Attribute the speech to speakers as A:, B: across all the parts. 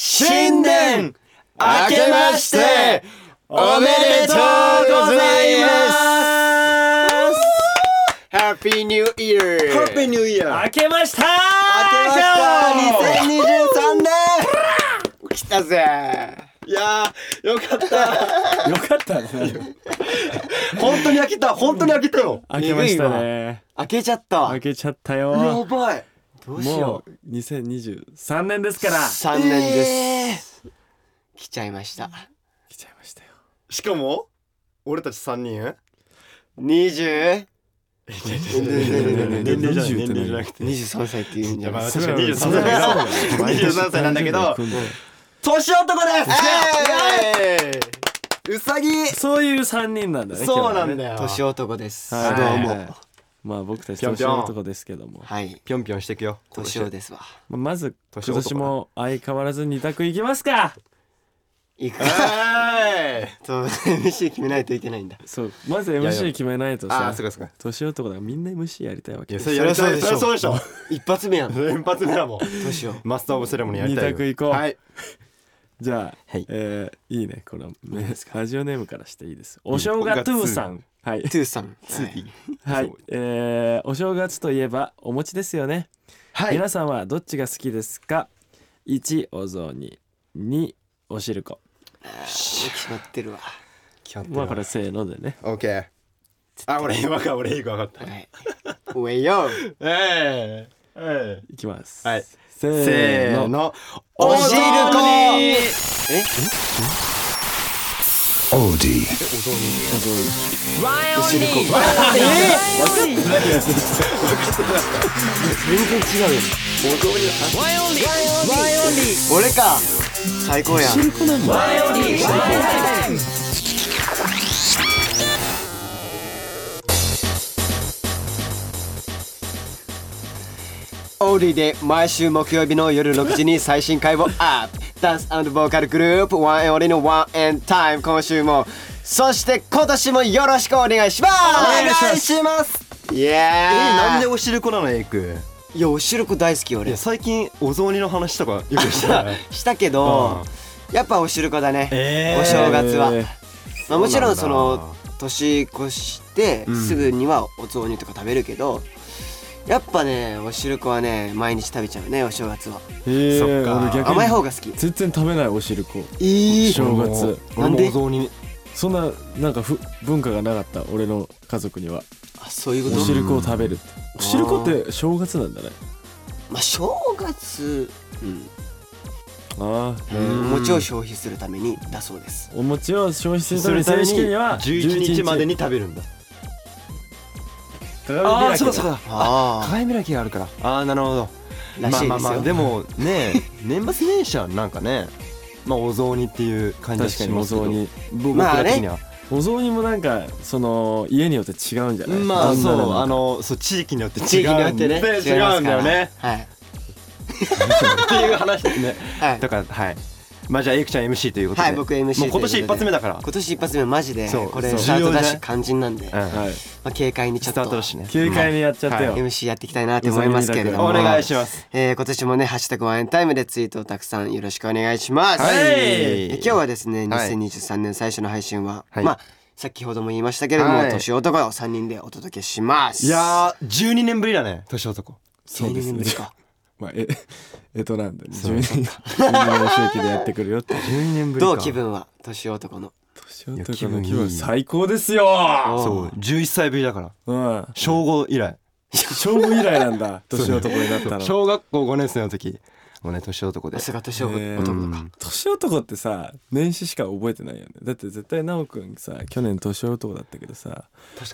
A: 新年明けましておめでとうございます Happy New Year!
B: ハッピーニューイヤー
C: 明けましたー
A: 明けました2023年来たぜ
B: いやーよか った
C: よかったね。
B: 本当に開けた本当に開けたよ
C: 明けましたね。
A: 開けちゃった
C: 明けちゃった
B: や
C: よ。
B: ばい
A: どうし
C: も
A: よう
C: う2023年ですから。
A: 3年です、
B: す
A: 来ちゃいました
C: 来ちゃいましたよ。
B: しかも俺たち三人
A: 20?
B: 年齢じゃない年齢じゃなくて
A: 23歳って言うんじゃ
B: ま
A: な
B: あ
A: い
B: 私は23歳だけど23歳なんだけど年男ですうさぎ
C: そういう三人なんだね。
B: そうなん
C: よ。
B: だよ
A: 年男です、
C: はい
A: どうも
C: はいまあ僕たち年男ですけども、
A: はい
B: ぴょんぴょんしてくよ
A: 年男ですわ
C: まあまず今
B: 年男だ
C: 年も相変わらず二択いきますか。
A: いく
B: え
A: か
B: ーい
A: そう MC 決めないといけないんだ
C: そうまず
B: いや
C: MC 決めないと
B: あ
C: さ
B: ー、そうかそうか
C: 年男だからみんな MC やりたいわ
B: い
C: け
B: や
C: です
B: それやりたい
A: そり
B: そ
A: ゃそう
B: でしょ
A: 一発目やん ど
B: 連発目だもん
A: うしよう
B: マスターオブセレモニーやりたいよ
C: 二択行こう
B: はい
C: じゃあ、
A: はい
C: えーいいねこのラジオネームからしていいですお正月トゥーさんはい
A: トゥーさんはい
C: は
B: そ、
C: いうえーお正月といえばお餅ですよね、
B: はい
C: 皆さんはどっちが好きですか1お雑煮2おしるこ
A: 決まってるわ
C: まあこれせーのでね
B: オッケーあ俺今か俺いいか分かった
A: はいおえよ
B: えええ
C: いきます、
B: はい
C: せ
B: え
C: ー
B: せ
C: の
B: ーの
A: おしるこ
B: え
A: えおしるこ全然違うよ俺か最高やんオーディで毎週木曜日の夜6時に最新回をアップダンスボーカルグループワンオーディのワンエンタイム今週もそして今年もよろしくお願いします
B: お願いします
A: イエーイ
B: えなんでおしるこなのエイク
A: いやおしるこ大好き
B: い
A: 俺
B: や最近お雑煮の話とかよくし
A: し たた
B: ね
A: したけど、やっぱおしるこだね、
B: えー
A: お正月は、
C: えー
A: まあ、もちろんそ
B: そうなん
A: の
B: だ
A: 年越して
B: ん
A: すぐにはお雑煮とか食べるけど、やっぱねおしるこはね毎日食べちゃうねお正月は
C: え
B: そ
C: ー
B: っか
C: 俺逆に
A: 甘い方が好き
C: 全然食べないおしるこ
A: い
C: 正月
B: 俺
A: なん
B: も
A: で
B: お雑煮
C: そんななんかふ文化がなかった俺の家族には
A: あそういう
C: お
A: こと
C: しるこを食べるっておしるこって正月なんだね
A: まあ正月、うん
C: ああ
A: お餅を消費するためにだそうです
C: お餅を消費するた
B: そ
C: め
B: れ
C: に
B: ため
C: 正
B: に
C: 式には
B: 11日までに食べるんだ
C: 鏡開きだ
B: か
A: あ
B: 鏡開きがあるからああなるほど
A: らしいですよ
B: まあまあまあでもね年末年始はなんかねまあお雑煮っていう感じが
C: 確か
B: し
C: にお
B: ますけど
C: 雑煮
B: 僕
A: まあ
B: ら
A: ね
B: 的には
C: お雑煮もなんかその家によって違うんじゃない
B: まあ
C: どんな
B: そ
C: の
B: うあ
C: なんか
B: のそう地域によって
A: あ地
B: 違
A: 域によ
B: う
A: っ
B: ん
A: て
B: で
A: ね
B: 違うんだよね
A: はい
B: っていう話ですね
A: はい
B: だからはいまあじゃあエイクちゃん MC ということで
A: はい僕 MC
B: もう今年
A: という
B: 一
A: こ
B: 発
A: とで
B: 目だから
A: 今年一発目マジで
B: そう
A: これ
B: そう
A: スタート
B: 重
A: ダッ
B: 要
A: シ
B: ね
A: ュ肝心なんで、ま
B: うん
C: はい
A: あ、軽快にちょ
B: ス
A: っと
B: タートだしね
C: 軽快にやっちゃったよ、
A: MC やっていきたいなと思いますけれど
B: うん
A: も
B: お願いします
A: えー今年もね「ハッシュタグワンエンタイム」でツイートをたくさんよろしくお願いします、
B: はい
A: えー今日はですね
B: はい
A: 2023年最初の配信は、
B: はい
A: まあ先ほども言いましたけれども、
B: はい
A: 年男を3人でお届けします
B: いやー12年ぶりだね年男
C: そうですね
A: 12年ぶりか
C: まあええっとなんで12人12年周期でやってくるよって
B: 12年ぶりか
A: どう気分は年男の
C: 年男の
B: いや気分いい
C: 気分最高ですよ
B: そう11歳ぶりだから
C: うん
B: 小5以来
C: 勝負以来な んだ年男になったの
B: 小学校5年生の時もうね年男で
A: さすが年男
C: えー
A: 男
B: う
A: の
B: ん
C: 年男ってさ年始しか覚えてないよねだって絶対奈くんさ去年年男だったけどさ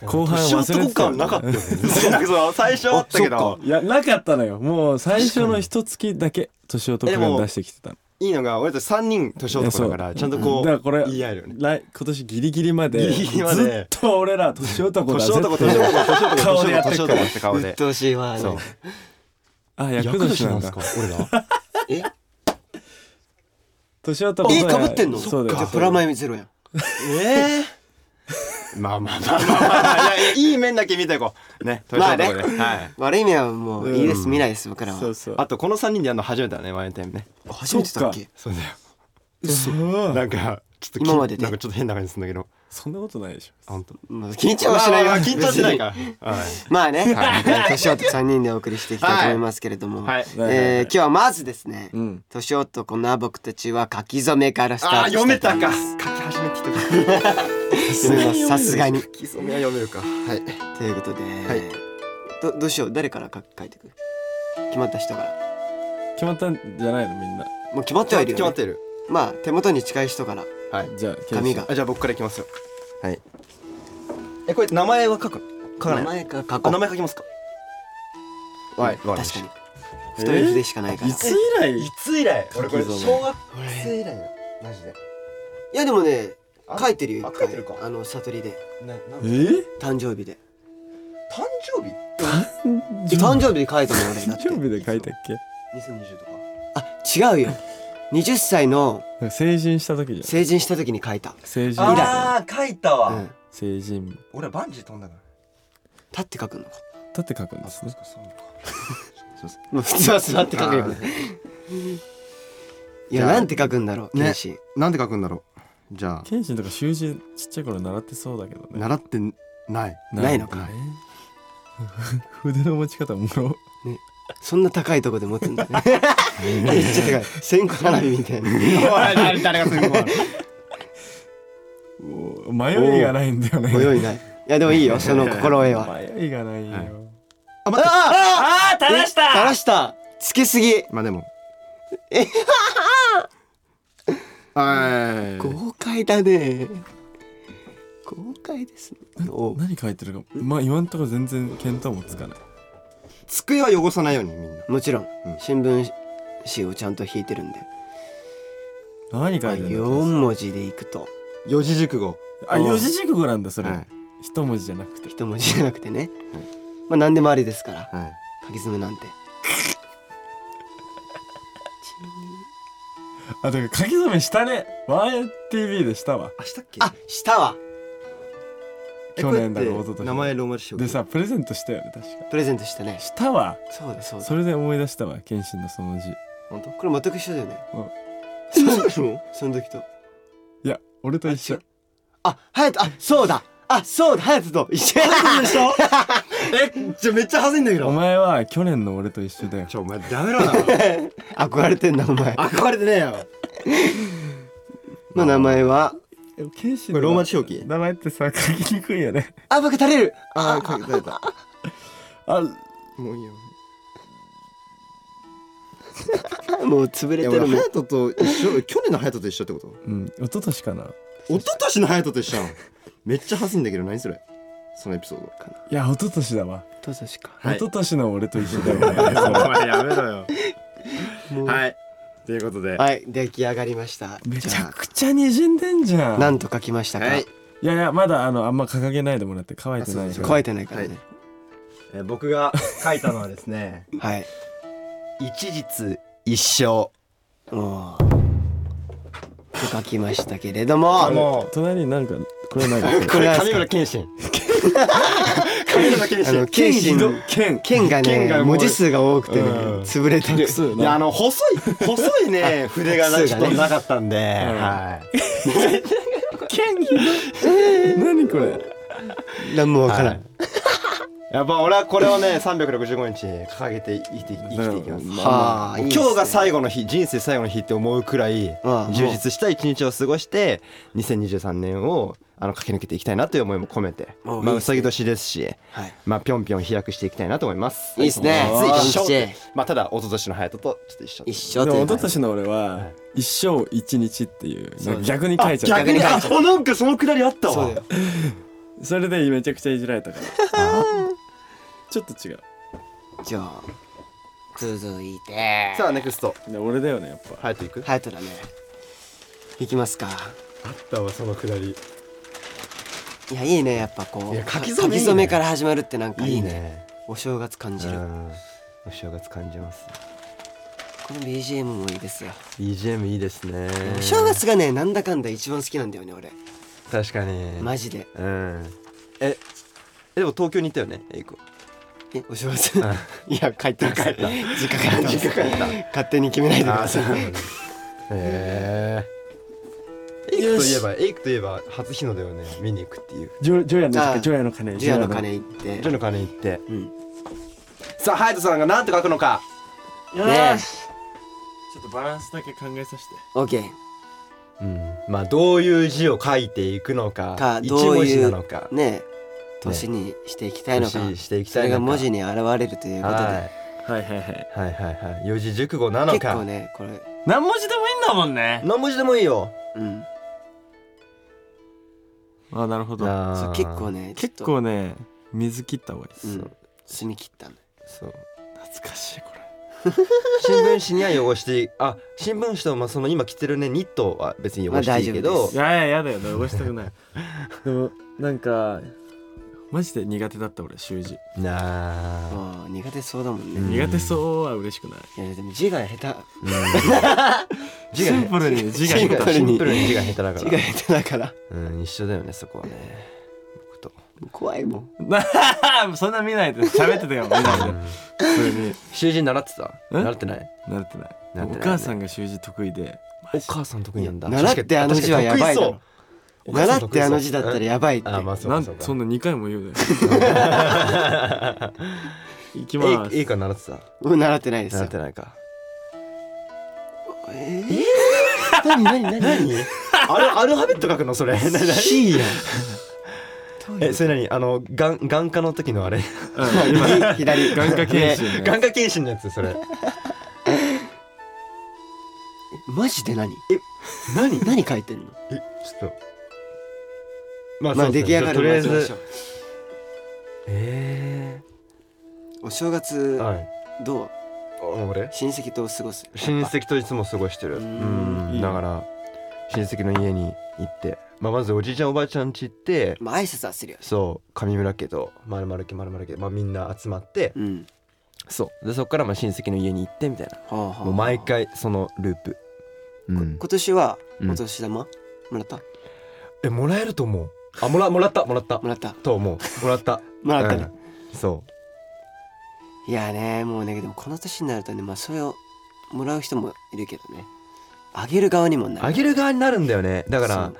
C: 後半忘れてたよ
B: 年男感
C: ね
B: なかったよ ねなんかそう最初あったけ
C: あ
B: ど
C: いやなかったのよもう最初の一月だけ年男
B: えで
C: が
B: も
C: 出してきてたの
B: いいのが俺たち3人年男だからちゃんとこ
C: だから
B: う
C: これ
B: 言い合えるよね
C: 来今年ギリギリまで
B: ギリギリまで
C: ずっと俺ら年男だ
B: 年
C: ぜ
B: 男
C: って
B: 年男年男
C: 顔で
B: 年
C: やって
B: 男年
C: っから
B: 男って顔
A: うっ
B: で
A: とうしいわ
B: そう
C: あ厄年なんだ
B: 俺ら
A: え
C: 年男
A: えかぶってんの
C: そうだ
A: じゃあ
C: よ
A: プラマイゼロやん
B: えまあまあまあまあまあまあ、いやいやいい面だけ見ていこう。ね。
A: まあね
B: ということではい。
A: 悪い面はもういいです見ないです僕らは
C: そうそう
B: あとこの三人でやるの初めてだねワインタイムね。
A: 初めてだっけ
B: そうだよ。
C: そう
B: なんかちょっとき
A: 今までで
B: なんかちょっと変な感じするんだけど。
C: そんなことないでしょ
B: あ本当。
A: まあ緊張はしな
B: ま
A: いよ
B: あまあ緊張しないから。 はい。
A: まあね、年男と3人でお送りしていきたいと思いますけれども、
B: はい
A: えー今日はまずですね
C: ん
A: 「年男な僕たちは書き初め」からスター
B: あ
A: ト
B: ー読めたか。書き始めてきた。
A: 読め ますさすがに
B: 書き初めは 読めるか。はい。
A: ということで、
B: はい
A: どどうしよう誰から書書いてく決まった人から
C: 決まったんじゃないのみんな
A: もう決まってはいる
B: 決ま
A: よ、
B: っ
A: ね、
B: てる。
A: まあ手元に近い人から
B: はい。
C: じゃあ
A: 紙が
B: あじゃあ僕からいきますよ。はい。えこれ名前は書く？書か
A: 名
B: ない。
A: 前から書こ
B: あ
A: う
B: 名前書きますか。はい。
A: 確かに
C: え
A: 太い筆しかないから、
C: いつ以来
B: いつ以来俺これ
C: 書き初め
B: 小学生以来だマジで
A: いやでもね
B: あ
A: 書いてるよ
B: あ書い
A: 一回
B: てるか
A: あの悟りで
B: ななん
C: え
B: だ
A: 誕生日で
B: 誕生日
A: 誕生日で書いたもん俺だ
C: 誕
A: って
C: 生日で書いたっけ
B: 2020とか
A: あ違うよ20歳の
C: なんか成人した時じゃん
A: 成人した時に書いた、
C: 成人
B: あー書いたわ、
A: うん、
C: 成人立
B: 俺バンジー飛んだから
A: 立って書くのか
C: って書くんですね
B: かそうか
A: まあ普通は座って書くよ
B: あ
A: ね
B: ー
A: いやなんて書くんだろう
B: ね
A: 謙信、
B: なんで書くんだろうじゃあ
C: 謙信とか習字ちっちゃい頃習ってそうだけどね
B: 習ってない
A: ないのか
C: ね 筆の持ち方もらおう
A: そんな高いとこで持つんだね めっちゃ高い線香花火みたいな
B: 誰がするの
C: お 迷いがないんだよね
A: 泳いないいや でもいいよその心得は
C: 迷いがないよ、
B: はい
A: あ待ってあーあ垂らした垂らしたつけすぎ
B: まあでもはい
A: 豪快だね豪快ですねお
C: 何書いてるかまあ今んとこ全然見当もつかない
B: 机は汚さないようにみんな
A: もちろん
B: うん
A: 新聞紙をちゃんと引いてるんで
C: 何書いてる
A: 4
C: の
A: 文字でいくと
B: 四字熟語
C: あ四字熟語なんだそれ、
B: はい
C: 一文字じゃなくて
A: 一文字じゃなくてねまあ何でもありですから
B: はい
A: 書き詰めなんて
C: あだから書き初めしたねワンエン TV でしたわ
B: 明日っけ
A: あしたわ
B: え
C: 去年だか
B: これっ
C: 一昨
B: て
C: 年
B: 名前ローマ字
C: でさプレゼントしたよね確か
A: プレゼントしたね
C: したわ
A: そうだそうだ
C: それで思い出したわ謙信のその字
B: 本当
A: これ全く一緒だよね
B: そうでしょ
A: その時と
C: いや俺と一緒
A: あハヤトあそうだあそうだハヤトと一緒
B: でしょえじゃあめっちゃ恥ずいんだけ
C: お前は去年の俺と一緒だよ
B: ちょお前ダメだな
A: 憧れてんなお前
B: 憧れてねえよ
A: の名前は
C: 謙信
B: これローマ字表記
C: 名前ってさ書きにくいよね
A: あ僕垂れる
B: ああ書けたた
C: あ
B: もういいよ
A: あもう潰
B: い
A: れ
B: や
A: て
B: 俺
A: るもん
B: 隼人と一緒去年の隼人と一緒ってこと
C: うん一昨年かな
B: 一昨年の隼人と一緒なのめっちゃ恥ずいんだけど何それそのエピソード
C: いや一昨年だわ
A: とさしか
B: はい
C: 一昨年の俺と一緒だよね
B: お前やめろよはいということで
A: はい出来上がりました
C: めちゃくちゃにじんでんじゃん
A: なんと書きましたか
B: はい
C: いやいやまだあのあんま掲げないでもらって乾いてない
B: あそうそう
C: から
A: 乾いてないからね
B: えー僕が書いたのはですね
A: はい
B: 一日一生
A: もうと書きましたけれども
B: あも
C: 隣になんかこれなん か
B: うこれ
A: なんすか
B: 上村謙信上村謙
A: あの
B: 信
A: 剣心の
C: 剣
A: 剣が
B: 剣
A: ね
B: がもう
A: 文字数が多くてね
B: うん
A: 潰れてる
C: 数
B: いやあの細い細い ね筆がなちょっとなかったんで、
C: ん
B: はい
C: 剣何これ
A: 何もわから
B: は
A: ん
B: い やっぱ俺はこれをね365日掲げて生きて生きていきます
C: ま
A: はあいい
B: 今
A: っすね
B: 日が最後の日人生最後の日って思うくらい
A: ああ
B: 充実した一日を過ごして2023年をあの駆け抜けていきたいなという思いも込めて
A: お
B: まあ
A: いいっ
B: う
A: す
B: さぎ年ですし
A: はい
B: まあぴょんぴょん飛躍していきたいなと思います
A: いいっすね
B: はい
A: ああ
B: 一
A: 一緒
B: 生まあただ一昨年の隼人とちょっと一緒
A: 一
C: で
A: 緒とい
C: も
A: う
C: 一昨年の俺は一生一日っていうなんか逆に書いちゃっ
B: 逆
C: た
B: にあなんかそのくだりあったわ
A: そうだよ
C: それでめちゃくちゃいじられたからちょっと違う
A: じゃあ続いて
B: さあネクスト
C: で俺だよねやっぱ
B: 隼人行く
A: ハヤトだねいきますか
B: あったわそのくだり
A: いやいいねやっぱこ
B: いうや
A: か
B: 書
A: 書
B: き
A: き
B: 初めいいね
A: 初めから始まるってなんかい
B: い
A: い
B: い
A: ね
B: ね
A: お正月感じ
B: う
A: る
B: んお正月感じます
A: この BGM もいいですよ
B: BGM いいですね
A: お正月がねなんだかんだ一番好きなんだよね俺
B: 確かに
A: マジで
B: うんええでも東京に行ったよねエイコ
A: えお正月 いや帰って帰った実家帰った
B: 実家帰った
A: 勝手に決めないで ください
B: な んだへえエイクといえばエイクといえば初日の出をね見に行くっていう
C: ジョジョヤの時
A: あ
C: 間
A: ー
C: ジョヤの鐘
A: ジュアの鐘行って
B: ジョの鐘行って
A: うん
B: さあハヤトさんが何て書くのか
C: よ
A: ね
C: ーしちょっとバランスだけ考えさせて
A: オッケー
B: うんまあどういう字を書いていくのか
A: か
B: 一
A: どう
B: 文字
A: い
B: な
A: う
B: のか
A: ね年にしていきたいのか
B: 年していき
A: そ
B: たい
A: れ
B: の
A: が
B: か
A: 文字に現れるということ
B: は
A: で
B: い
C: はいはいはい
B: はいはいはい四字熟語なの
A: 結
B: か
A: 構ねこれ
C: 何文字でもいいんだもんね
B: 何文字でもいいよ
A: うん
C: あなるほど
A: そう結構ねちょっ
C: 結
A: と
C: 構ね水切った方がいいです、
A: うん住み切ったの
B: そう
C: 懐かしいこれ
B: 新聞紙には汚してあ新聞紙とまあその今着てるねニットは別に汚していいけ
A: まあ大丈
B: ど
A: 夫で
C: いやいややだよ汚したくない でもなんかマジで苦手だった俺習字
B: なあ
A: もう苦手そうだもん
B: うん
A: ね
C: 苦手そうは嬉しくない
A: いやでも字が下
B: うん字
C: シ
B: が
C: ンプ
B: ね
C: ルに字が
B: シンプ
A: 下手
B: ル
A: に
B: シンプルに字が下手だか
A: 手字が
B: ら
A: 下手だから
B: うん一緒だよねそこはね僕と
A: 怖いもん
C: そんな見ないで喋ってたよ見ないで普通に
B: 習字習ってた
C: え
B: 習ってない
C: 慣れてな
B: 慣
C: い
B: れてないね
C: お母さんが習字得意で
B: お母さん得意なんだ
A: 習ってあの字はやばいだろ
B: 確かに
A: 習ってあの字だったらやばいって
B: あまあそう
C: な
B: か
C: ん
B: そうか
C: そんな2回も言うで行きま
B: えい
C: す
B: いか習ってた
A: うん習ってないです
B: 習
A: よ
B: ってないか
A: えー何何何何
B: あれアルファベット書くのそれ
A: C やん
B: えそれ何あの眼眼科の時のあれ
C: うん今
A: 右左
C: 眼科検
A: ね
C: 診ね
B: 眼科検診のやつそ れ
A: マジで何
B: 何
A: 何書いてんの
B: えちょっとま
A: まあ
B: そうです
A: 出来
B: ね
A: 上がる
B: とりあえ
A: まず
B: ずえ
A: お正
B: え
A: 月
B: はい
A: どう
B: あ俺
A: 親戚と過ごす
B: 親戚といつも過ごしてるう
A: う
B: ん
C: いい
B: んだから親戚の家に行ってまあまずおじいちゃんおばあちゃん家行って
A: まあ挨拶はするよ
B: そう上村家と丸々家丸々家まあみんな集まって
A: うん
B: そうでそっからまあ親戚の家に行ってみたいな
A: はあはあ
B: もう毎回そのループうん
A: 今年は
B: うん
A: お年玉もらった
B: えもらえると思うあもらもらったもらった
A: もらった
B: と思うもらった
A: もらったね
B: うんそう
A: いやねもうねでもこの年になるとねまあそれをもらう人もいるけどねあげる側にもなる
B: あげる側になるんだよねだから
A: そう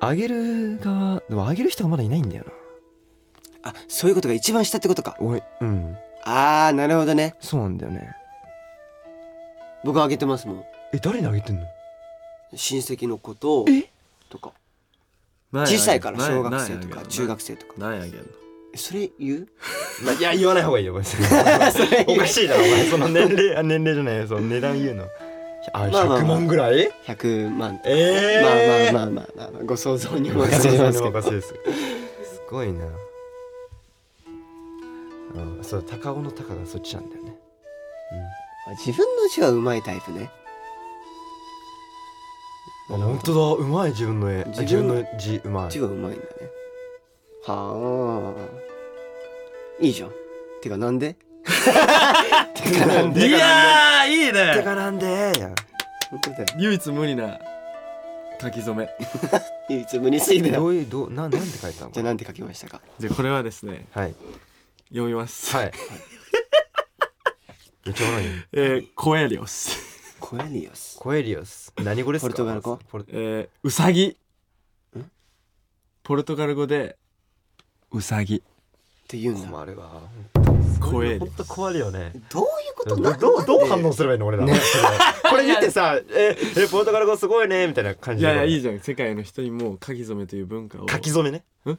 B: あげる側でもあげる人がまだいないんだよな
A: あそういうことが一番下ってことか
B: おいうん
A: あーなるほどね
B: そうなんだよね
A: 僕あげてますもん
B: え誰にあげてんの
A: 親戚の子と
B: え
A: とか
C: ない
A: 小さいから
C: ない
A: 小学生
C: ない
A: と
C: あげ
A: か
C: る
A: 中学生とか
C: ないあげる
A: えそれ言う
B: まいや言わない方がいいよ 別に
A: それ
B: お
A: 言う
B: かしいだろお前その年齢あ年齢じゃないよその値段言うのあ
A: まあまあ
B: 100万ぐらい
A: 100万とか
B: えー
A: まあまあまあまあまあご想像にお
B: お
A: 任せしますけど
B: かしいですすごいなうんそう高尾の高がそっちなんだよね
A: 自分の字はうまいタイプね
B: うん本当だうまい自分の絵
A: 自分
B: 自分の字うまい
A: 字はうまいんだねはあいいじゃんてかなんでてかなんで
C: いやーいい
B: 手
C: ね
B: がなんでや
A: 本当だよ
C: 唯一無二な書き初め
A: 唯一無二水だ
B: ど
A: よ
B: ういうどうなんなんて書いたの
A: じゃあなんて書きましたか
C: じゃあこれはですね
B: はい
C: 読みます
B: はいめっちゃおもろいね
C: えー、コエリオス、
A: コエリオス
B: コエリオス何語ですか
A: ポルトガル語
B: ポル
C: えー、ウサギポルトガル語でウサギ
A: って言うんだ
B: 困るわ
C: コエリオ
B: 本当困るよね
A: どういうこ
B: ど
A: と
B: う
A: な
B: どうどう
A: なん
B: 反
A: で
B: 応すればいいの俺ら、 これ見てさ「ええポルトガル語すごいね」みたいな感
C: スい
B: じで
C: やいやいいじゃん世界の人にもう書き初めという文化を
B: 書き初めね
C: ん
B: うん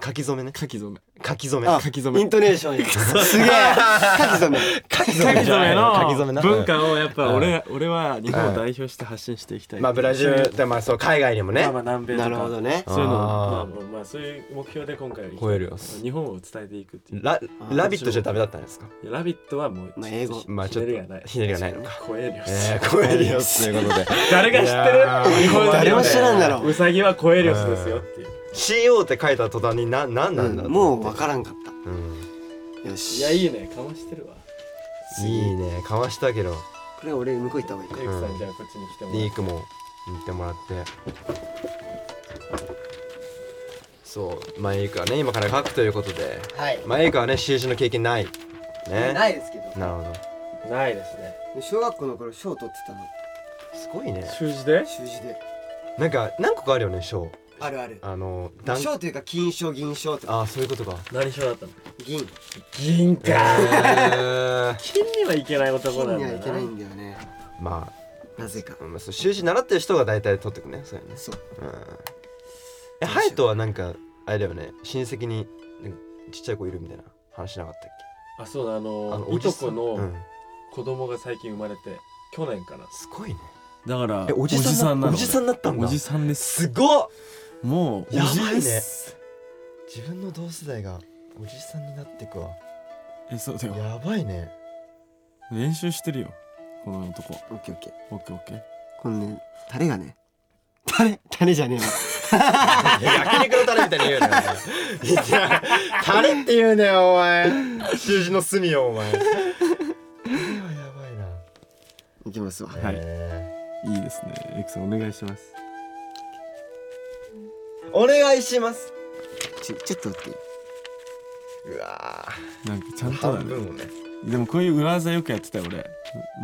B: 書き初めね
C: 書き初め
B: 書き初め
A: あ
C: 書き初
A: イン
C: め
A: トネーションやすげえ書き初め
B: 書き
C: 書き初め
B: 書き初め
C: の
B: な
C: 文化をやっ
B: う
C: ぱ
B: ん
C: 俺ら俺は日本を代表して発信していきた
B: う
C: い
B: んまあブラジルでまあそう海外にもね
C: まあまあ南米と
A: な
C: か
A: るほどね
C: そういうのをま
B: あ
C: あ
B: ー
C: まあまあそういう目標で今回は行きたい
B: コエリオス
C: 日本を伝えていくっていう
B: ララビットじゃダメだったんですか
C: いやラビットはもう
A: まあ英語
B: まあちょっと
C: ひねりがない
B: ひねりがないのか
C: コエリオス、
B: えーコエリオスということで
C: 誰が知
B: いや
C: っ
B: ー
C: てる日本人
A: 誰も知らんだろ
C: ウサギはコエリオスですよっていう
B: CO って書いた途端にな何なんだろ
A: もう分かららんかった
B: ん、うん
A: よし
C: いやいいねかましてるわ
B: いいねかわしたけど
A: これ俺向こう行った方がいいか
C: メイクさんじゃあこっちに来てもら
B: リ
C: っ
B: ー
C: て
B: クも言ってもらってそうマイクはね今から書くということで
A: はい
B: マイクはね就職の経験ないね
A: ないいですけど
B: なるほど
C: ないですね
A: 小学校の頃賞取ってたの
B: すごいね
C: 習字で
A: 習字で
B: なんか何個かあるよね賞
A: あるある
B: あの段
A: 賞というか金賞銀賞とか
B: ああそういうことか
D: 何賞だったの
A: 銀
D: 銀
B: え
D: か
B: ー
D: 金にはいけない男
A: 金
D: な
A: に
D: んだ
A: はいけない
D: なん
A: だよね
B: ま
A: なぜか
B: あまあそう習字習ってる人が大体取ってくねそうよね
A: そう
B: うんえハヤトはなんかあれだよね親戚になんかちっちゃい子いるみたいな話しなかったっ
D: あそうだあ
B: け
D: の
B: お
D: い
B: じ
D: と
B: さ
D: こ
B: んう
D: の
B: ん
D: 子供が最近生まれて去年かな
B: すごいね
C: だから
B: えおじさん
C: な
B: な
C: の
B: おじさんだったんだ
C: おじさんです
B: すごっ
C: もう
B: や
C: お
B: ばいね
C: じです
B: 自分の同世代がおじさんになってくわ
C: えそうだよ
B: やばいね
C: 練習してるよこの男
A: オッケーオッケー
C: オッケーオッケー
A: このねタレがねタレタレじゃねえわ
B: 焼肉のタレみたいに言うなよお前いやタレって言うなよお前習字の隅よお 前これはやばいない
A: きますわ
C: はい
B: え
C: いいですねエクさんお願いします
B: ーお願いします
A: ちょちょっと待って
B: うわー
C: なんかちゃんとだ
B: 半
C: ね
B: 分をね
C: でもこういう裏技よくやってたよ俺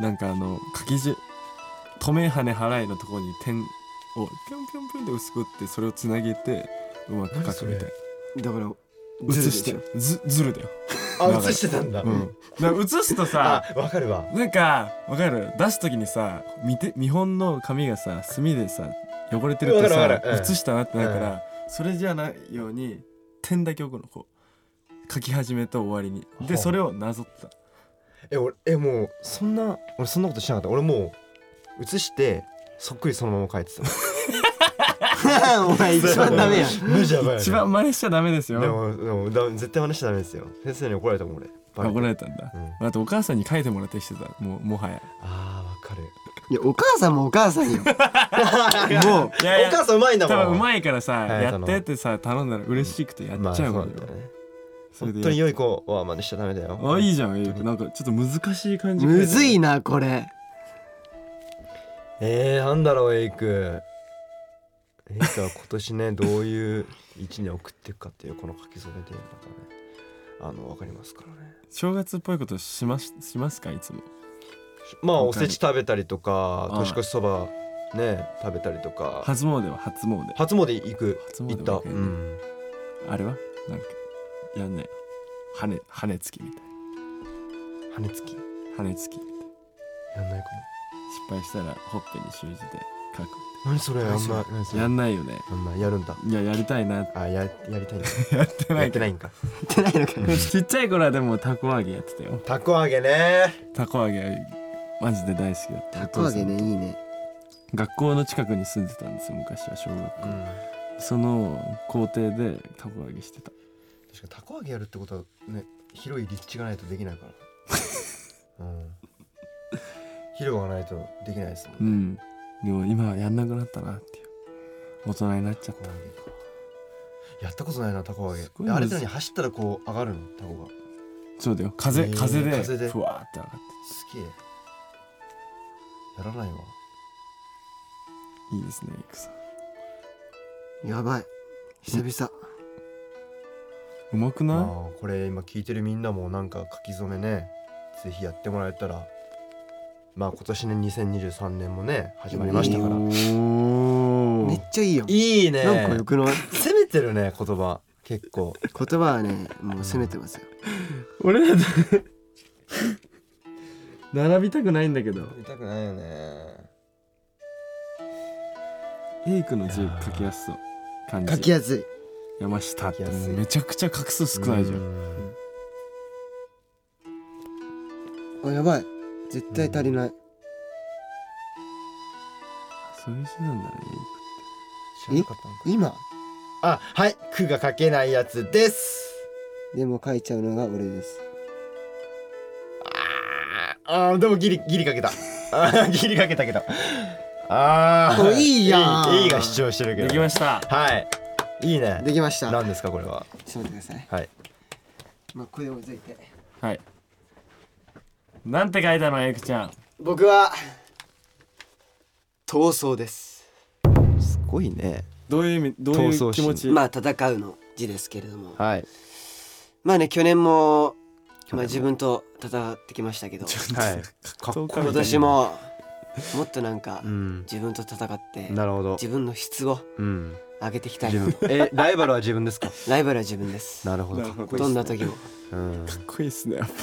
C: なんかあの掛け字止め跳ね払いのところに点をピョンピョンピョンで薄く打ってそれをつなげてうまく書くみたい
A: だから
C: な写してるずずるだよ
B: あ映してたんだ、
C: うんだから写すと
B: あ
C: さ
B: わかるわ
C: なんかわかる出す時にさ見て見本の紙がさ墨でさ汚れてると
B: わか
C: さ
B: るわかるうん
C: 写したなってなるから、それじゃないように点だけ置くのこう書き始めと終わりに
B: ほ
C: で
B: う
C: それをなぞってた
B: え俺えもうそんな俺そんなことしなかった俺もう写してそっくりそのまま書いて た
A: お前一番ダメや
B: マジやばいよね
C: 一番真似しちゃダメです
B: で
C: よ
B: もでもだ絶対話しちゃダメですよ先生に怒られたもん俺バレて
C: 怒られたんだ、
B: うん
C: あとお母さんに書いてもらってしてたもうもはや
B: あーわかる
A: いやお母さんもお母 さんよもう
C: い
B: お母さんうまいんだ
C: 多
B: もん
C: 分うまいからさ、
B: はい
C: やってってさ頼んだら嬉しくてや
B: ま
C: っ
B: あ
C: ち
B: そ
C: ゃ
B: う
C: うも
B: なんん
C: よ
B: だよね
C: それ
B: 本
C: で
B: 当に良い子は真似しちゃダメだよ
C: あいいじゃんいいよなんかちょっと難しい感じ
A: むずいなこれ
B: えー、なんだろうエイクエイクは今年ね どういう位置に送っていくかっていうこの書き初めというのがねあのわかりますからね
C: 正月っぽいことしますしますかいつも
B: まあ
C: 他に
B: おせち食べたりとか
C: ああ
B: 年越しそばね食べたりとか
C: 初詣は初詣
B: 初詣行く
C: 初
B: 行
C: 詣
B: った、
C: も行くよ
B: う
C: ね
B: ん、
C: あれはなんかやんない羽根羽根つきみたい
B: 羽根つき
C: 羽根つき失
B: やんないか
C: 敗したらほっぺに習字で書く
B: も何それあん
A: それ
B: ま何それ
C: や
B: やん
C: んないよね
B: ないやるんだ
C: いややりたいな
B: あややりたいんだ
C: やって
B: や
C: な
B: っ
C: い
B: て
C: け
B: な
C: ど
B: いんか
A: やってないのかよ
C: ちっちゃい頃はでもたこ揚げやってたよ
B: たこ揚げね
C: たこ揚げマジで大好きだった
A: たこ揚げねいいね
C: 学校の近くに住んでたんですよ昔は小学
B: う
C: 校、
B: ん
C: その校庭でたこ揚げしてた
B: 確かにたこ揚げやるってことはね広い立地がないとできない から、うん、広場がないとできないですもん
C: う
B: ね、
C: んでも今はやんなくなったなっていう大人になっちゃっ
B: こ
C: た
B: 揚げかやったことないなたこ揚げ
C: すごい
B: えあれ
C: む
B: って
C: ず
B: 何走ったらこう上がるのたこが
C: そうだよ風、
B: へー
C: 風で
B: 風で
C: ふわーって上がって
B: すげえやらないわ
C: いいですねエクさん
A: やばい久々
C: うまくな
B: まあこれ今聞いてるみんなもなんか書き初めねぜひやってもらえたらまあ今年ね2023年もね始まりましたから
C: いお
A: めっ
C: ー
A: ちゃいいよ
B: いいね
A: なんかよくない
B: 攻めてるね言葉結構
A: 言葉はねもう攻めてますよ
C: 俺らで並びたくないんだけど
B: 見たくないよね
C: エイクの字書きやすそう感じ
A: 書きやすい
C: 山下って
B: 書きや
C: も
B: す
C: う
B: い
C: めちゃくちゃ画数少ないじゃん
B: ん
A: あやばい絶対足りない
C: そういう字なんだね
B: 知らなかったのか
A: 今
B: あはい「句が書けないやつです
A: でも書いちゃうのが俺です
B: あーでもギリギリ書けたあ ーギリ書けたけどあ
A: お
B: ー
A: いいやん
B: いいいいが主張してる
C: エイ
B: けど
C: クできました
B: はいいいね
A: できました
B: 何ですかこれは
A: ちょっと待ってください
B: はい
A: まあこれを除いて
C: はいなんて書いたのエイクちゃん
A: 僕は闘争です
B: す
A: ごいね
C: どういう意味どうい
B: 闘争
C: う気
B: 心
C: 持ち、
A: まあ戦うの字ですけれども
B: はい
A: まあね去年も
B: 去年も
A: まあ自分と戦ってきましたけど
B: はい
C: 格闘家
A: 今
C: みたい
A: 年ももっとなんか
B: うん
A: 自分と戦って
B: なるほど
A: 自分の質を
B: うん
A: 上げていきたい
B: 自分えライバルは自分ですか
A: ライバルは自分です
B: なるほ
C: ななる
B: ど
C: ほど
A: どんな時も
B: うん
C: かっこいいっすねやっぱ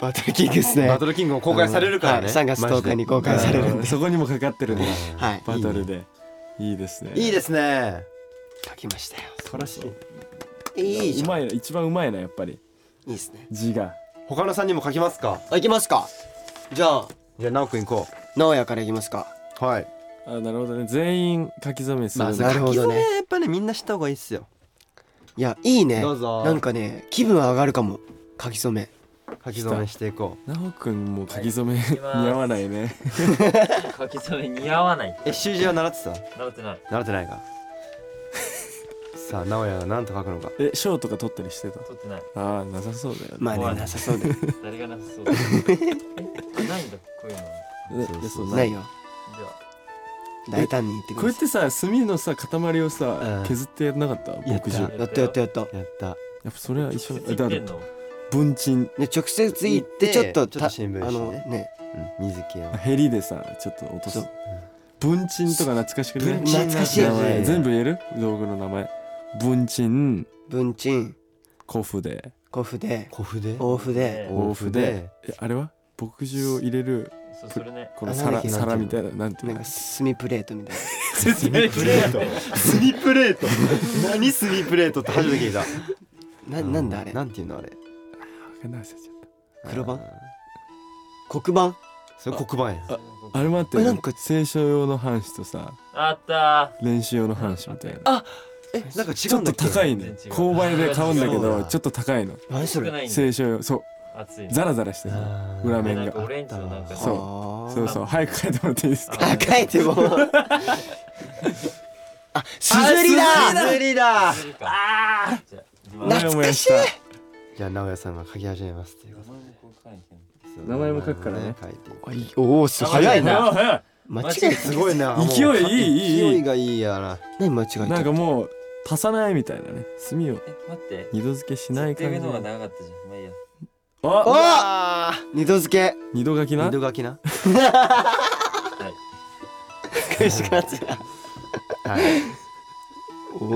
A: バトルキングです
B: バトルキングも公開されるからね
A: はい3月10日に公
C: り
A: 開されるんで
C: そこにもかかってるね
A: はい
C: バトルでいいですね
B: いいですね
A: 書きましたよ
C: 素晴らしい
A: いいじ
C: う
A: ゃん
C: まいな一番うまいなやっぱり
A: いいですね
C: 字が
B: 他の3人も書きますか
A: あいきますかじゃあ
B: じゃあ直くん行こ
A: 直哉からいきますか
B: うはい
C: あなるほどね全員書き初めするんだ
A: なるほどね
B: 書き初めやっぱねみんなした方がいいっすよ
A: いやいいね
B: どうぞ
A: なんかね気分上がるかも書き初め
B: 書き初めしていこう
C: なおくんも書き初め、
E: いきます
C: 似合わないね
E: 書き初め似合わない
B: え習字は習ってた
E: 習ってない
B: 習ってないかさあ直哉が何と書くのか
C: え賞とか取ったりしてた
E: 取ってない
C: ああなさそうだよね、
A: まあ
E: 怖
A: ね
E: い
A: なさそうだよ
E: 誰がなさそうだえないんだこういうの
C: え
B: そうそうそう
C: え
A: ないよ
E: じゃ
A: 大胆に言って
C: こ
A: く
C: う
A: だ
C: やっ
A: さ
C: てさ炭のさ塊をさ、
B: うん
C: 削ってやんなかった
B: やっ
C: 牧
B: た
C: 場
B: や
C: や
E: っ
A: いやったやったやった
B: やった
C: っぱそれは
E: あ
C: 一緒
E: 直接言
C: だ
E: っ
C: か
E: て
C: ら
E: んの
C: 文鎮
A: ね直接行って
B: 行
A: ち
B: っ
A: ょ
B: て
A: っと
B: ちょっと新聞紙ね
A: あのね
B: うん水木を
C: ヘリでさちょっと落とす
A: そう
C: 文鎮とか懐かしくね
B: 文鎮
A: 懐かしい
C: 名前全部言える道具の名前文鎮
A: 文鎮
C: 古筆
A: 古筆
B: 小筆
A: 大筆
E: ね
C: 大筆えあれは墨汁を入れる
E: そうそれね
C: この
B: あなんだっ
C: 皿
B: け
C: 皿
B: なん
C: み
B: て
C: た
B: い
C: いななんてい
A: な
C: うん
A: か
C: の
A: 墨プレートみたいな
B: スミプレートスミプレート 何スミプレートって初めて聞いた
A: ななんだあれ
B: なんていうのあれ
C: 忘れちゃっ
A: 黒板黒板
B: それ黒板や
C: たあれ待っ
A: え
C: て
A: な
C: なんん
A: か
C: か清書用の半紙とさ
E: あった
C: 練習用の半紙みたいな
B: えなんか違
C: ちょっと高
B: い
C: いね
E: 全然違う
C: 購買で買うんだけ
B: そう
C: ど
B: だ
C: ちょっと高いの
A: 何そ
E: ー少
A: れ
E: ないんだ
C: 清書用そう
E: 熱い
C: ザラザラしてる裏
E: あ
C: 面
E: なんか
C: が
E: オレンジのなんか
C: そうそうそう早く書いてもらっていいですか
A: あ書いてもあすずりだ
B: 無理だ
E: ああじゃあ自分
A: な
E: は
A: 懐かしい
C: い
B: じゃあ直哉さんが書き始めますっていうこ
E: 名前もこ
B: と
C: 名前も
E: う書いてんの
C: 書くからね
B: 名前も書いていく
A: おいおおす早いな
C: あ早い
A: 間違
E: 間違
A: い
E: い
B: すごいなもう
C: 勢いいいいい
B: 勢いがいいやな
A: 何間違え
C: なん
A: た
C: かもう足さないみたいなね炭を
E: え待って
C: 二度付けしない
E: 設定
C: 感
E: 上
C: じ
E: の方が長かったじゃんまあいいや
C: あ
A: あ二度付け
C: 二度書きな
B: 二度書きな
A: 悔しくなっちゃう
B: はい
A: お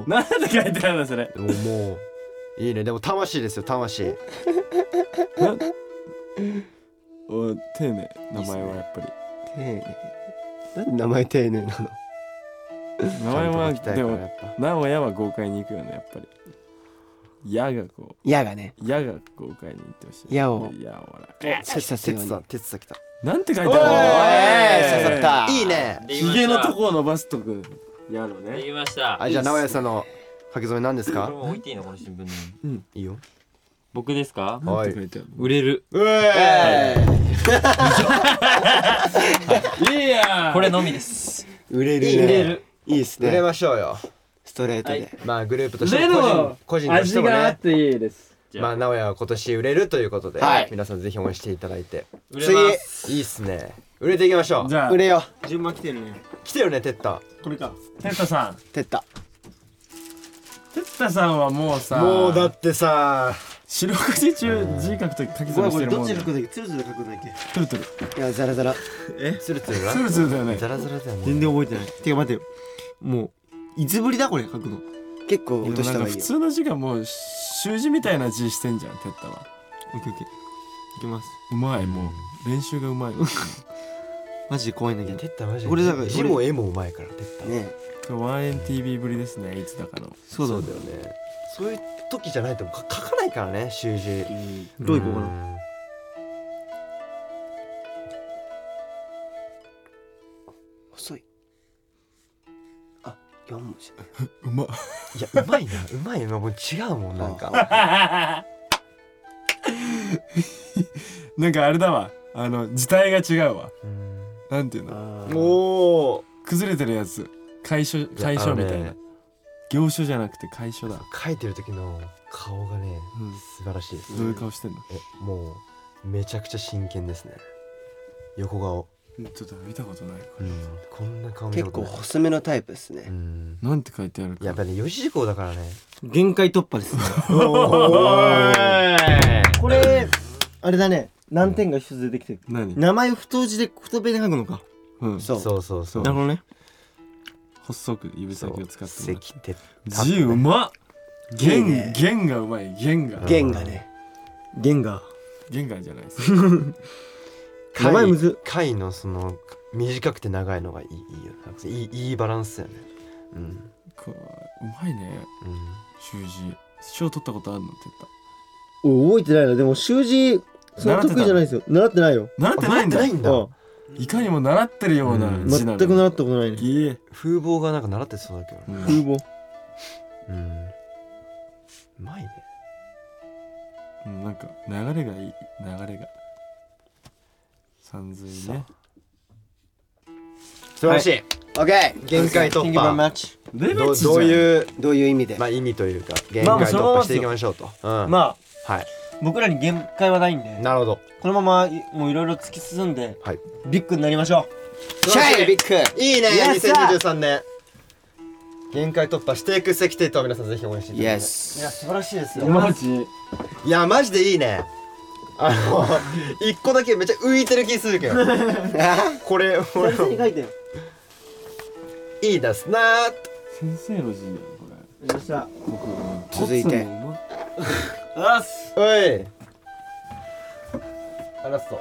A: お
C: なんで書いてあるのそれ
B: でももういいねでも魂ですよ魂
C: な お丁寧名前はやっぱり
A: 丁寧なんで名前丁寧なの
C: 名前は
B: ちゃんと書きたい
C: で
B: からや
C: も
B: っぱ
C: 名古屋は豪快に行くよねやっぱり「や」がこ
A: 矢がね
C: う「や」が豪快に行ってほしい
A: 矢を
C: やほら
A: 突き刺すよう
B: 哲
A: に
B: さん哲さん来た
C: なんて書いて
A: おい
C: あるの
A: 刺さった
B: いいね
E: できま
C: ひ
E: した
C: げのとこを伸ばすとくやの
E: で
C: ね
E: きました
B: あじゃあ直哉さんの書き初め何です
E: これ
B: か
E: も置いていいのこの新聞に
B: いいよ
E: 僕ですか
C: なんて書いてある
E: 売れる
B: うえ
C: のいいや
E: これのみです
A: 売れる
B: いいね
A: いいです
B: 売れ
A: ね
B: ましょうよ
A: ストレート
D: は
A: で
B: まあグループとして
D: で
B: も個人個人と
D: も
B: し
D: 味
B: ても
D: があっ
B: ね
D: ていいです
B: まあ直哉は今年売れるということで、
A: はい
B: 皆さんぜひ応援していただいて
E: 売れ ます
B: いいっすね売れていきましょう
C: じゃあ
A: 売れよ
D: 順番来てるね
B: 来てよねてった
D: これか
C: テッタさん
A: てった
C: テッタさんはもうさ
B: てさ
C: 四六時中字書くとき書き
D: こ
C: 損
D: れ
C: し
D: こ
C: て
D: れ
C: る
D: ど
C: もん
D: っち
C: だ
D: で
C: よ
D: 書くんだっけつるつる書くんだっけ
C: トゥルトゥル
A: いやザラザラ
B: つるつる
C: トゥルトゥルだよね
B: ザラザラだよね
D: 全然覚えてないてか待ってよもういつぶりだこれ書くの
A: 結構落とし
C: で
A: た方
C: もなん
A: が
C: か
A: いい
C: 普
A: よ
C: 通の字がもう習字みたいな字してんじゃんテッタは
D: オッケーオッケーいきます
C: うまいもう練習がうまい
D: マジで怖いんだ
B: い
D: け
B: や
D: ど
B: てったマジで
D: 俺だから
B: 字も絵もうまいからてった
A: ね
C: ワンエン TV ぶりですねいつだかの
D: そうだ
B: そうだよねそういう時じゃないとか書かないからね習字
D: どういこうかな
A: 細いあ四文字
C: う まっ
B: いやうまいなうまいなもう違うもんなんか
C: なんかあれだわあの字体が違うわなんていうの
A: あ
B: おお
C: 崩れてるやつ解消解消みたいな、
B: あのね
C: 行書じゃなくて解消だ
B: 書いてる時の顔がね
C: うん
B: 素晴らしいです
C: どういう顔してんの
B: えもうめちゃくちゃ真剣ですね横顔
C: ちょっと見たことない
B: うんこんな顔見た
A: 結
B: こと
A: 構
B: ない
A: 細めのタイプです
B: う
A: ね
B: ん
C: なんて書いてあるか
B: やっぱね四字熟語だからね
D: 限界突破ですね
B: お
D: これあれだね難点が一つ出てきてる
C: 何
D: 名前を太字で太ペンで書くのか
C: うん
A: そう
B: そうそうそう
D: なるほどね
C: 細く指先を使ってもらって
B: 石鉄
C: 字うまっ
A: いい
C: 弦
A: ね
C: 弦がうまい弦が
A: 弦がね
D: 弦が
C: 弦がじゃないです
D: 名前むず
B: 貝のその短くて長いのがいいいいよなんかいいいいバランスだよねうん
C: こううまいね習字賞取ったことあるのって言った
D: お覚えてないなでも習字そんな得意じゃないですよ習ってないよ
C: 習ってないんだ
B: 習ってないんだ
D: あ
C: いかにも習ってるような
B: うん
C: 字
D: 全
C: なの
D: く習ったことないね
C: いいえ
B: 風貌がなんか習ってそうだけどね
C: うん
D: 風貌
B: うんうまいね
C: うんなんか流れがいい流れが三髄ね
B: 素晴らしい
A: OK
B: 限界突
D: Thank you very
B: 破
D: much
C: レ
B: ど
C: ベ
B: う
C: チ
B: どう
C: じゃん
B: いう
A: どういう意味で
B: まあ意味というか限
D: まあもう
B: 界
D: そ
B: 突
D: のまま
B: 破
D: で
B: し
D: す
B: てい
D: よ
B: きましょうとうん
D: ま
B: はい
D: あ僕らに限界はないんで
B: なるほど
D: このままいもういろいろ突き進んで
B: はい
D: ビッグになりましょ
A: シャイビッグ
B: いいね
A: やった
B: 2023年限界突破していく石帝と皆さんぜひ応援していただきたい
A: Yes
D: ういや素晴らしいです
C: うマジ
B: いやマジでいいねあの一個だけめっちゃ浮いてる気する けどこれ俺
D: 先生に書いてよ
B: いいですなーって
C: 先生の字だよこれ
D: やりました
C: 僕うん
A: 続いて
C: 立つのうまっ
D: あっす
B: おい話すと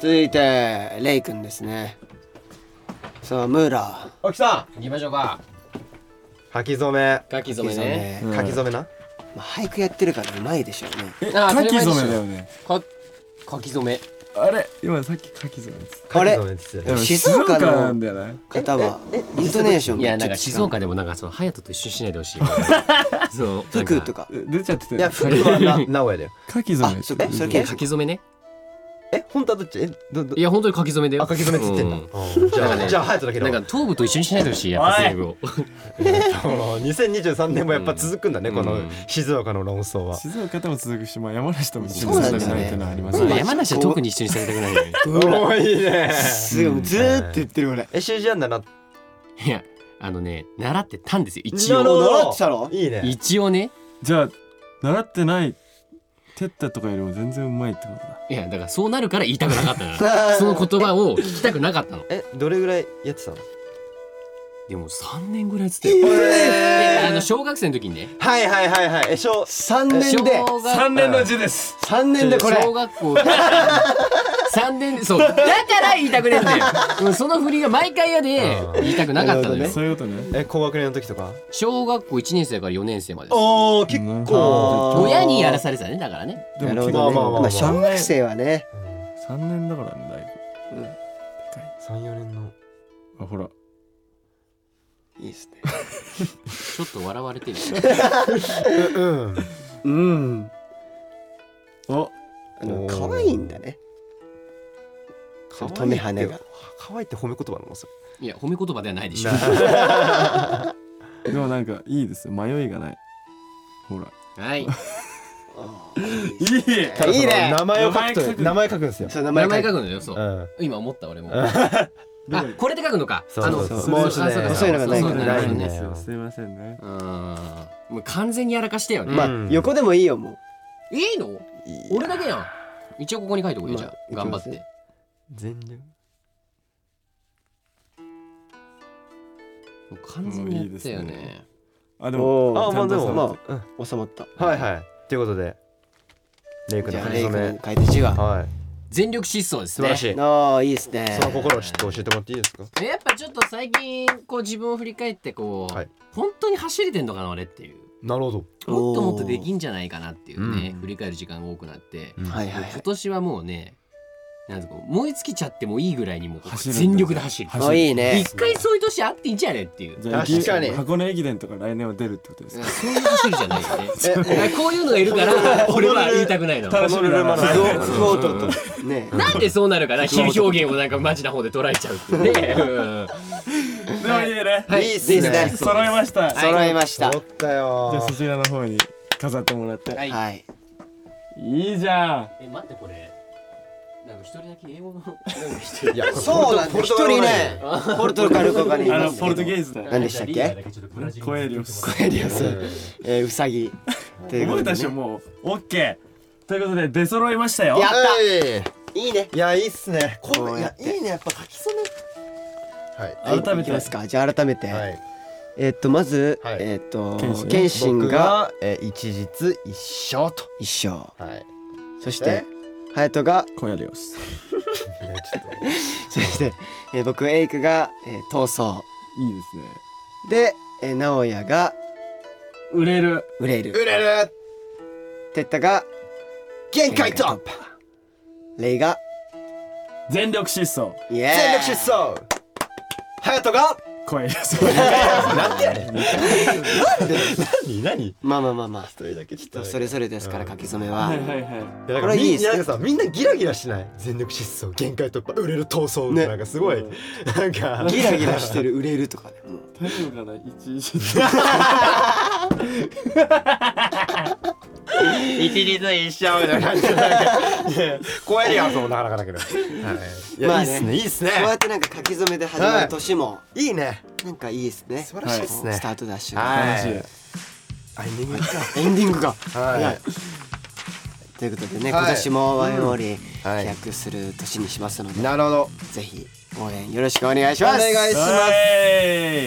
A: 続いてレイ君ですねさあムーラ
B: おきさ
E: 行きましょうか
B: ん書き初め
E: 書き
A: ー
E: 初めね
A: そう
C: うん
B: 書き初めな、
A: まあ、俳句やってるからうまいでしょうね
C: え
E: あー
C: 書き初めだよね
E: か書き初め
C: あれ今さっき書き初めです
A: あれ
B: 書き初めですよ
C: でも
A: 静岡の
C: 静なんだよね
A: 方はイントネーション
E: い
A: が
E: や
A: ち
E: な
A: ょ
E: ん
A: っと
E: か
A: 違
E: 静
A: う
E: 岡でもなんかその隼人と一緒にしないでほしいそうなん
A: 服とか
C: え出ちゃってた
B: いや服はな名古屋だよ
C: 書き初め
A: あそっかそれ
E: いや
A: え
E: 書き初めね
B: え本当はどっちえどど
E: いや本当に書き初めだよ
B: あ書き初めっつってんだ、
E: う
B: うんじゃ
E: な
B: あ、
E: んかね
B: じゃあ隼人だけだ
E: なんか頭部と一緒にしないでほしいやっぱセーブを
B: もう2023年もやっぱ続くんだね、
E: うん
B: こ
E: う
B: の
E: ん
B: 静岡の論争は、
C: 静岡でも続くし、まあ、山梨でも続
A: そう
C: く
A: な
C: し
A: んだよね
C: ないっていうのはあります
E: そう
C: ね。
E: 山梨は特に一緒にされたくないよね
B: おいいね
A: すごいずーっと言ってる俺
B: え習字やんだない
E: やあのね習ってたんですよ一
B: なるほ
E: 応
B: ど
A: 習ってたろ
B: いいね
E: 一応ね
C: じゃあ習ってないテッタとかよりも全然うまいってことだ。
E: いやだからそうなるから言いたくなかったのよその言葉を聞きたくなかったの
B: えどれぐらいやってたの
E: でも3年ぐらいつってたよであの小学生の時にね
B: はいはいはいはいえ小
A: 3年で
E: 小学
C: 三年の字です。
A: 3年でこれ
E: 小学校で 三年そうだから言いたくねえん だようんその振りが毎回やで言いたくなかった
A: な
E: のよ、
A: るほ
C: そういうことね。
B: え高学年の時とか
E: 小学校1年生から4年生までです
B: おお結構
A: あー
E: 親にやらされてたねだからね
C: で
A: なるほ
C: も結
A: どね
B: まあまあまあ
A: まあ小学生はね
C: 構三年だからねだい
B: 三四年の
C: ぶ。あほら
A: いいですね
E: ちょっと笑わ れてる
B: うん
A: うん
C: お
A: あの
B: おー
A: 可愛いんだねその止め跳ねが
B: 可愛いって褒め言葉なのそ
E: いや褒め言葉ではないでしょ
B: れ
C: でもなんかいいですよ迷いがない。ほら
E: はい
C: いい。
B: ただその
A: いいね
B: 名前を書く
C: 名前書く
B: と名前書くんですよ
A: そう名
E: 名
A: 前
E: 前
A: 書い
E: 書
A: て
E: くのよそううん今思った俺も あこれで書くのか
B: そうそうそう
E: あの
B: もう
E: あ
B: ね
E: か
A: そういうのがないからね
E: そう
B: ないね
E: そうそう
C: ですよすいませんね。
E: うんもう完全にやらかしてよね、
A: まあ
B: うん
A: 横でもいいよも
E: いいの俺だけやん一応ここに書いておくよじゃあ
A: まあ
E: 頑張っ
A: いき
E: て
B: 全然
E: もう完全にや
C: もう
E: ったよ
C: いいです
E: ね
C: あ
A: う
C: でも
A: お
B: あ
A: お
B: まあでも
A: まあ
B: ま
A: 収まった
B: あはいはいということでレイ君
A: じ
B: の
A: ゃ
B: 書
A: あ
B: き
A: レイ
B: 初
A: 君
B: め
A: 書いて字は
B: はい
E: 全力疾走です
B: 素
E: ね
B: 晴らしい
A: ああいいですね
B: その心をちょっと教えてもらっていいですか
E: やっぱちょっと最近こう自分を振り返ってこう、
B: はい
E: 本当に走れてんのかな俺っていう
B: なるほど
E: もっともっとできんじゃないかなっていうね、
B: うん
E: 振り返る時間が多くなって、
B: うん
A: はいはいは
E: 今
A: い
E: 年はもうねなんていうか燃え尽きちゃってもいいぐらいにもう
C: 走るんだ
E: 全力で走る
C: 走
A: あいいね
E: 一回そういう年あっていいんじゃねっていう。
C: じゃあ
B: 確かに
C: 箱根駅伝とか来年は出るってことですか。
E: そういう走るじゃない よね。だからこういうのがいる から俺は言いたく ないの。
C: 楽しみだな
B: ホノルルマラソン
A: そう福男とね
E: なんでそうなるかな比喩表現をなんかマジな方で捉えちゃうっていうね。 うん
C: でもいいね。
E: はい
B: いいっすね
A: いいっすね
C: 揃いました。じゃ
A: 揃いました
B: 揃ったよ
C: あそちらの方に飾ってもらって。
E: はい
A: はい
C: いいじゃん。
E: え待ってこれなんか一人だけ英語の
B: いや、
A: そうなんだ一人ねポルトガルとかにい
C: あ
A: ま
C: の
A: す
C: ポルトゲーズだ
A: 何でしたっけ
E: リーダーだちょっとブラジル
C: コエリオス
A: エリアス、えー、ウサギということ
C: 覚えた
A: で
C: でしょもうオッケーということで出揃いましたよ
A: やっ
B: はい
A: たいいね
B: いや、いいっすね。こ
A: こうやって
B: いね、やっぱ書き染め。はい。
C: 改めて
A: いきますかじゃあ改めて、
B: はい。
A: えーっとまず、
B: はい
A: えーっと
C: 謙信
A: 謙信
B: 僕
A: が
B: が、えー、一日一生と。
A: 一生
B: はい。
A: そして隼人が
C: コエリオス
B: ねちょっと
A: そして、えー僕エイクが、えー逃走
C: いいですね
A: で、えー、直哉が
C: 売れる
A: 売れる
B: 売れる
A: 哲太が
B: 限界突破
A: レイが
C: 全力疾走
A: イエーイ
B: 全力疾走ハヤトが
C: コエリオス
B: なんてやれなんで何何一
A: まあまあまあまあ
B: 人だけちょっ
A: ちょっと
B: と
A: そ
B: それ
A: れぞれですから書き初めは、
C: はいはいはい
B: こ
A: これいいっすね
B: なんかさみんなギラギラしない全力疾走限界突破売れる闘争
A: ね
B: なんかすごいなんか
A: ギラギラしてる売れるとかねもう
C: 大丈夫かな一
B: 一
C: 時
B: 日一生の感じでなんかいや 怖いやつもなかなかだけどはいい
A: ま
B: や
A: あ
B: いい
A: ね
B: っすねいいっすね
A: こうやってなんか書き初めで始まる年も
B: いいね
A: なんかいいですね
B: 素晴らしい
A: こう
B: ですね
A: スタートダッシュが
B: は
C: 楽しい
B: いあエンディングか
A: エンディングが
B: はい
A: ということでね
B: はい
A: 今年もワインオリ
B: はい
A: 飛躍する年にしますので
B: なるほど
A: ぜひ応援よろしくお願いします
B: お願いします
C: は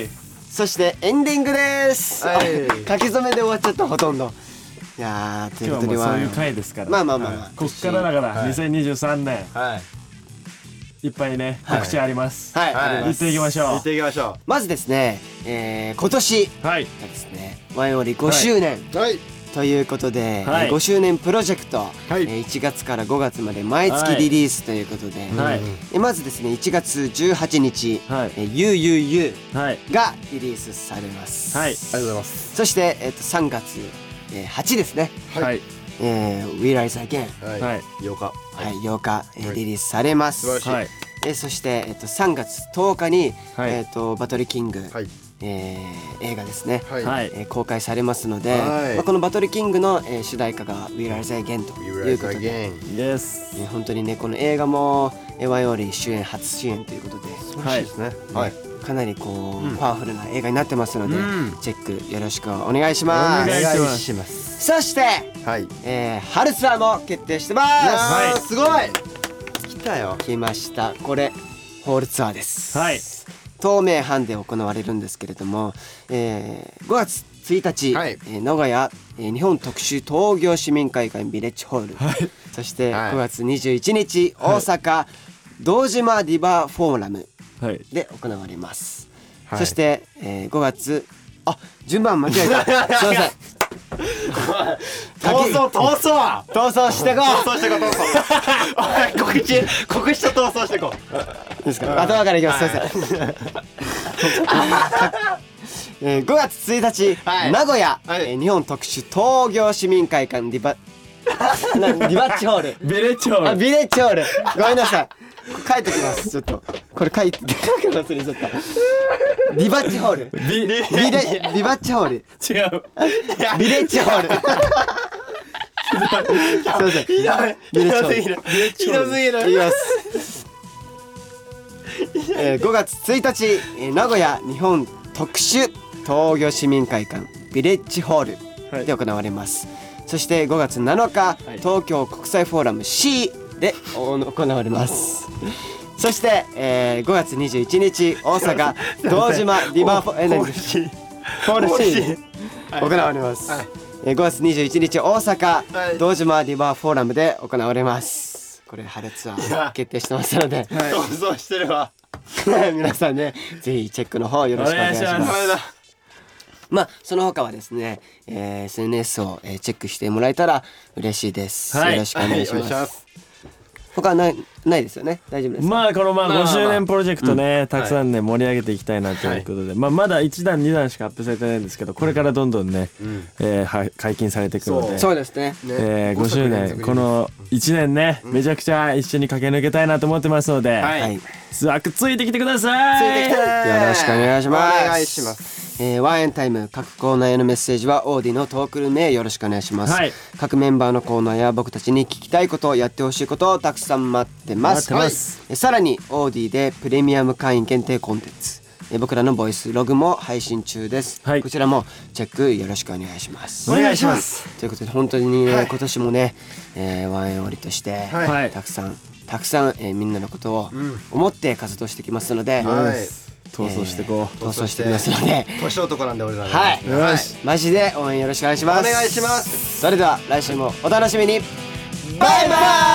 C: い
A: そしてエンディングです、
B: はい
A: 書き初めで終わっちゃったほとんどいやーという
C: 今
A: こ
C: 日
A: と
C: はも
A: で
C: うそういう
A: は
C: 回ですから
A: まあまあまあまあ
C: こっからだから
B: はい
C: 2023年
B: はい
C: いっぱいね告知あります
A: はい、
B: はい
A: ありま
C: 行っ
A: す
C: ていきましょ
B: 行っていきましょ
A: まずですね、えー今年
C: うはい
A: がですねワインオリ5周年、
B: うはい
A: ということで、
C: はい
A: えー5周年プロジェクト、
B: い
A: えー1月から5月まで毎
C: はい
A: 月リリースということで、
C: はい
A: えーまずですね1月18日「
C: はい
A: えー UUU
C: はい」
A: がリリースされます、
C: は
B: あ
C: い
B: りがとうございます
A: そして、えー、と3月、えー8ですね
C: はい
A: 「えー We Rise Again
B: は
C: はい
B: 8日」
A: はい、8日、えーリリースされます、
B: 素晴ら
C: はい
A: えーそして、えー、と3月10日に、
C: はい
A: えー、とバトルキング、
B: はい
A: えー映画ですね、
B: はい
C: はい
A: えー公開されますので、
B: はい
A: まあ、この「バトルキングの」えー主題歌が「We Rise Again」と
B: We
A: いう
B: rise
A: ことで、
B: again
C: です
A: えー本当にねこの映画もえーワイオリ主演初主演ということで、
C: はい
B: ねはい
A: かなりこう、パワフルな映画になってますので、
B: うん
A: チェックよろしくお願いし
C: お
A: ま
C: 願いします
A: す
B: ます
A: そして、
B: はい
A: えー、春ツアーも決定してま
B: あ
A: す
B: ーすごい来たよ
A: 来ましたこれホールツアーです
C: はい
A: 東名阪で行われるんですけれども、えー5月1日、
B: はい
A: えー名古屋、えー日本特殊東業市民会館ビレッジホール、そして
B: はい
A: 5月21日、大阪堂島リバーフォーラム
C: はい
A: で行われます、
B: はい
A: そして、えー5月あ順番間違え たすいません
B: 闘争闘争
A: 逃走してこ
B: 闘争してこう闘争おい告知告知と闘争してこう
A: うですか頭からいきますすいません、えー5月1日、
B: はい
A: 名古屋、
B: はい
A: えー日本特殊東業市民会館リバ なリバッチホール
C: ビレッジョ
A: あ、
C: ー
A: ビレッジホール。ごめんなさい。書いてきます。ちょっと。これ書いて、書くの忘れちゃった。リバッジホール。
C: ビレ
A: ビレ、リバッジホール。
C: 違う
A: ビレッジホール。すいません。ビレッジホール。い
B: ひどすぎる
A: きます。えー、5月1日、えー名古屋日本特殊東業市民会館ビレッジホールで行われます、そして5月7日、
C: はい
A: 東京国際フォーラム C で お行われますそして、えー、5月21日 大阪堂島リバーフォえー何フォールシー行われます、えー5月21日大阪、
B: はい
A: 堂島リバーフォーラムで行われますこれ春ツアー決定してますので、
B: 闘争してるわ
A: 皆さんねぜひチェックの方よろしくお願いし
C: お願い
A: ます
C: しま
B: ダメ
C: す
B: だ
A: まあその他はですね、えー SNS を、えーチェックしてもらえたら嬉しいです、
C: はい
A: よろしくお願いし
B: は
A: ます,、他はないないですよね大丈夫ですか、
C: まあこのま
B: まあま
C: あ
B: あ
C: 5周年プロジェクトねたくさんね盛り上げていきたいなということでまあまだ1弾2弾しかアップされてないんですけどこれからどんどんねえーは解禁されていくので
A: そうですね
C: えー5周年この1年ねめちゃくちゃ一緒に駆け抜けたいなと思ってますので
B: はい
A: はい
C: 枠ついてきてくださ
A: つい
C: い
A: てきてよろしくお願いします
B: お願いします
A: えーワンエンタイム各コーナーへのメッセージはオーディのトークルームへよろしくお願いします、
C: はい
A: 各メンバーのコーナーや僕たちに聞きたいことやってほしいことをたくさん待ってます
C: 待ってます
A: はいえーさらにオーディでプレミアム会員限定コンテンツえー僕らのボイスログも配信中です、
C: はい
A: こちらもチェックよろしくお願いします
C: お願いします
A: ということで本当に、ね今年もね、えーワンエンオリとして、
C: はい
A: たくさんたくさん、えーみんなのことを思って活動してきますので、
B: はい
C: 逃走してこ
A: えー逃走してきますので
B: 年男なんで俺らね
A: はい、
B: はい
A: マジで応援よろしくお願いします
B: お願いします
A: それでは来週もお楽しみにバイバイ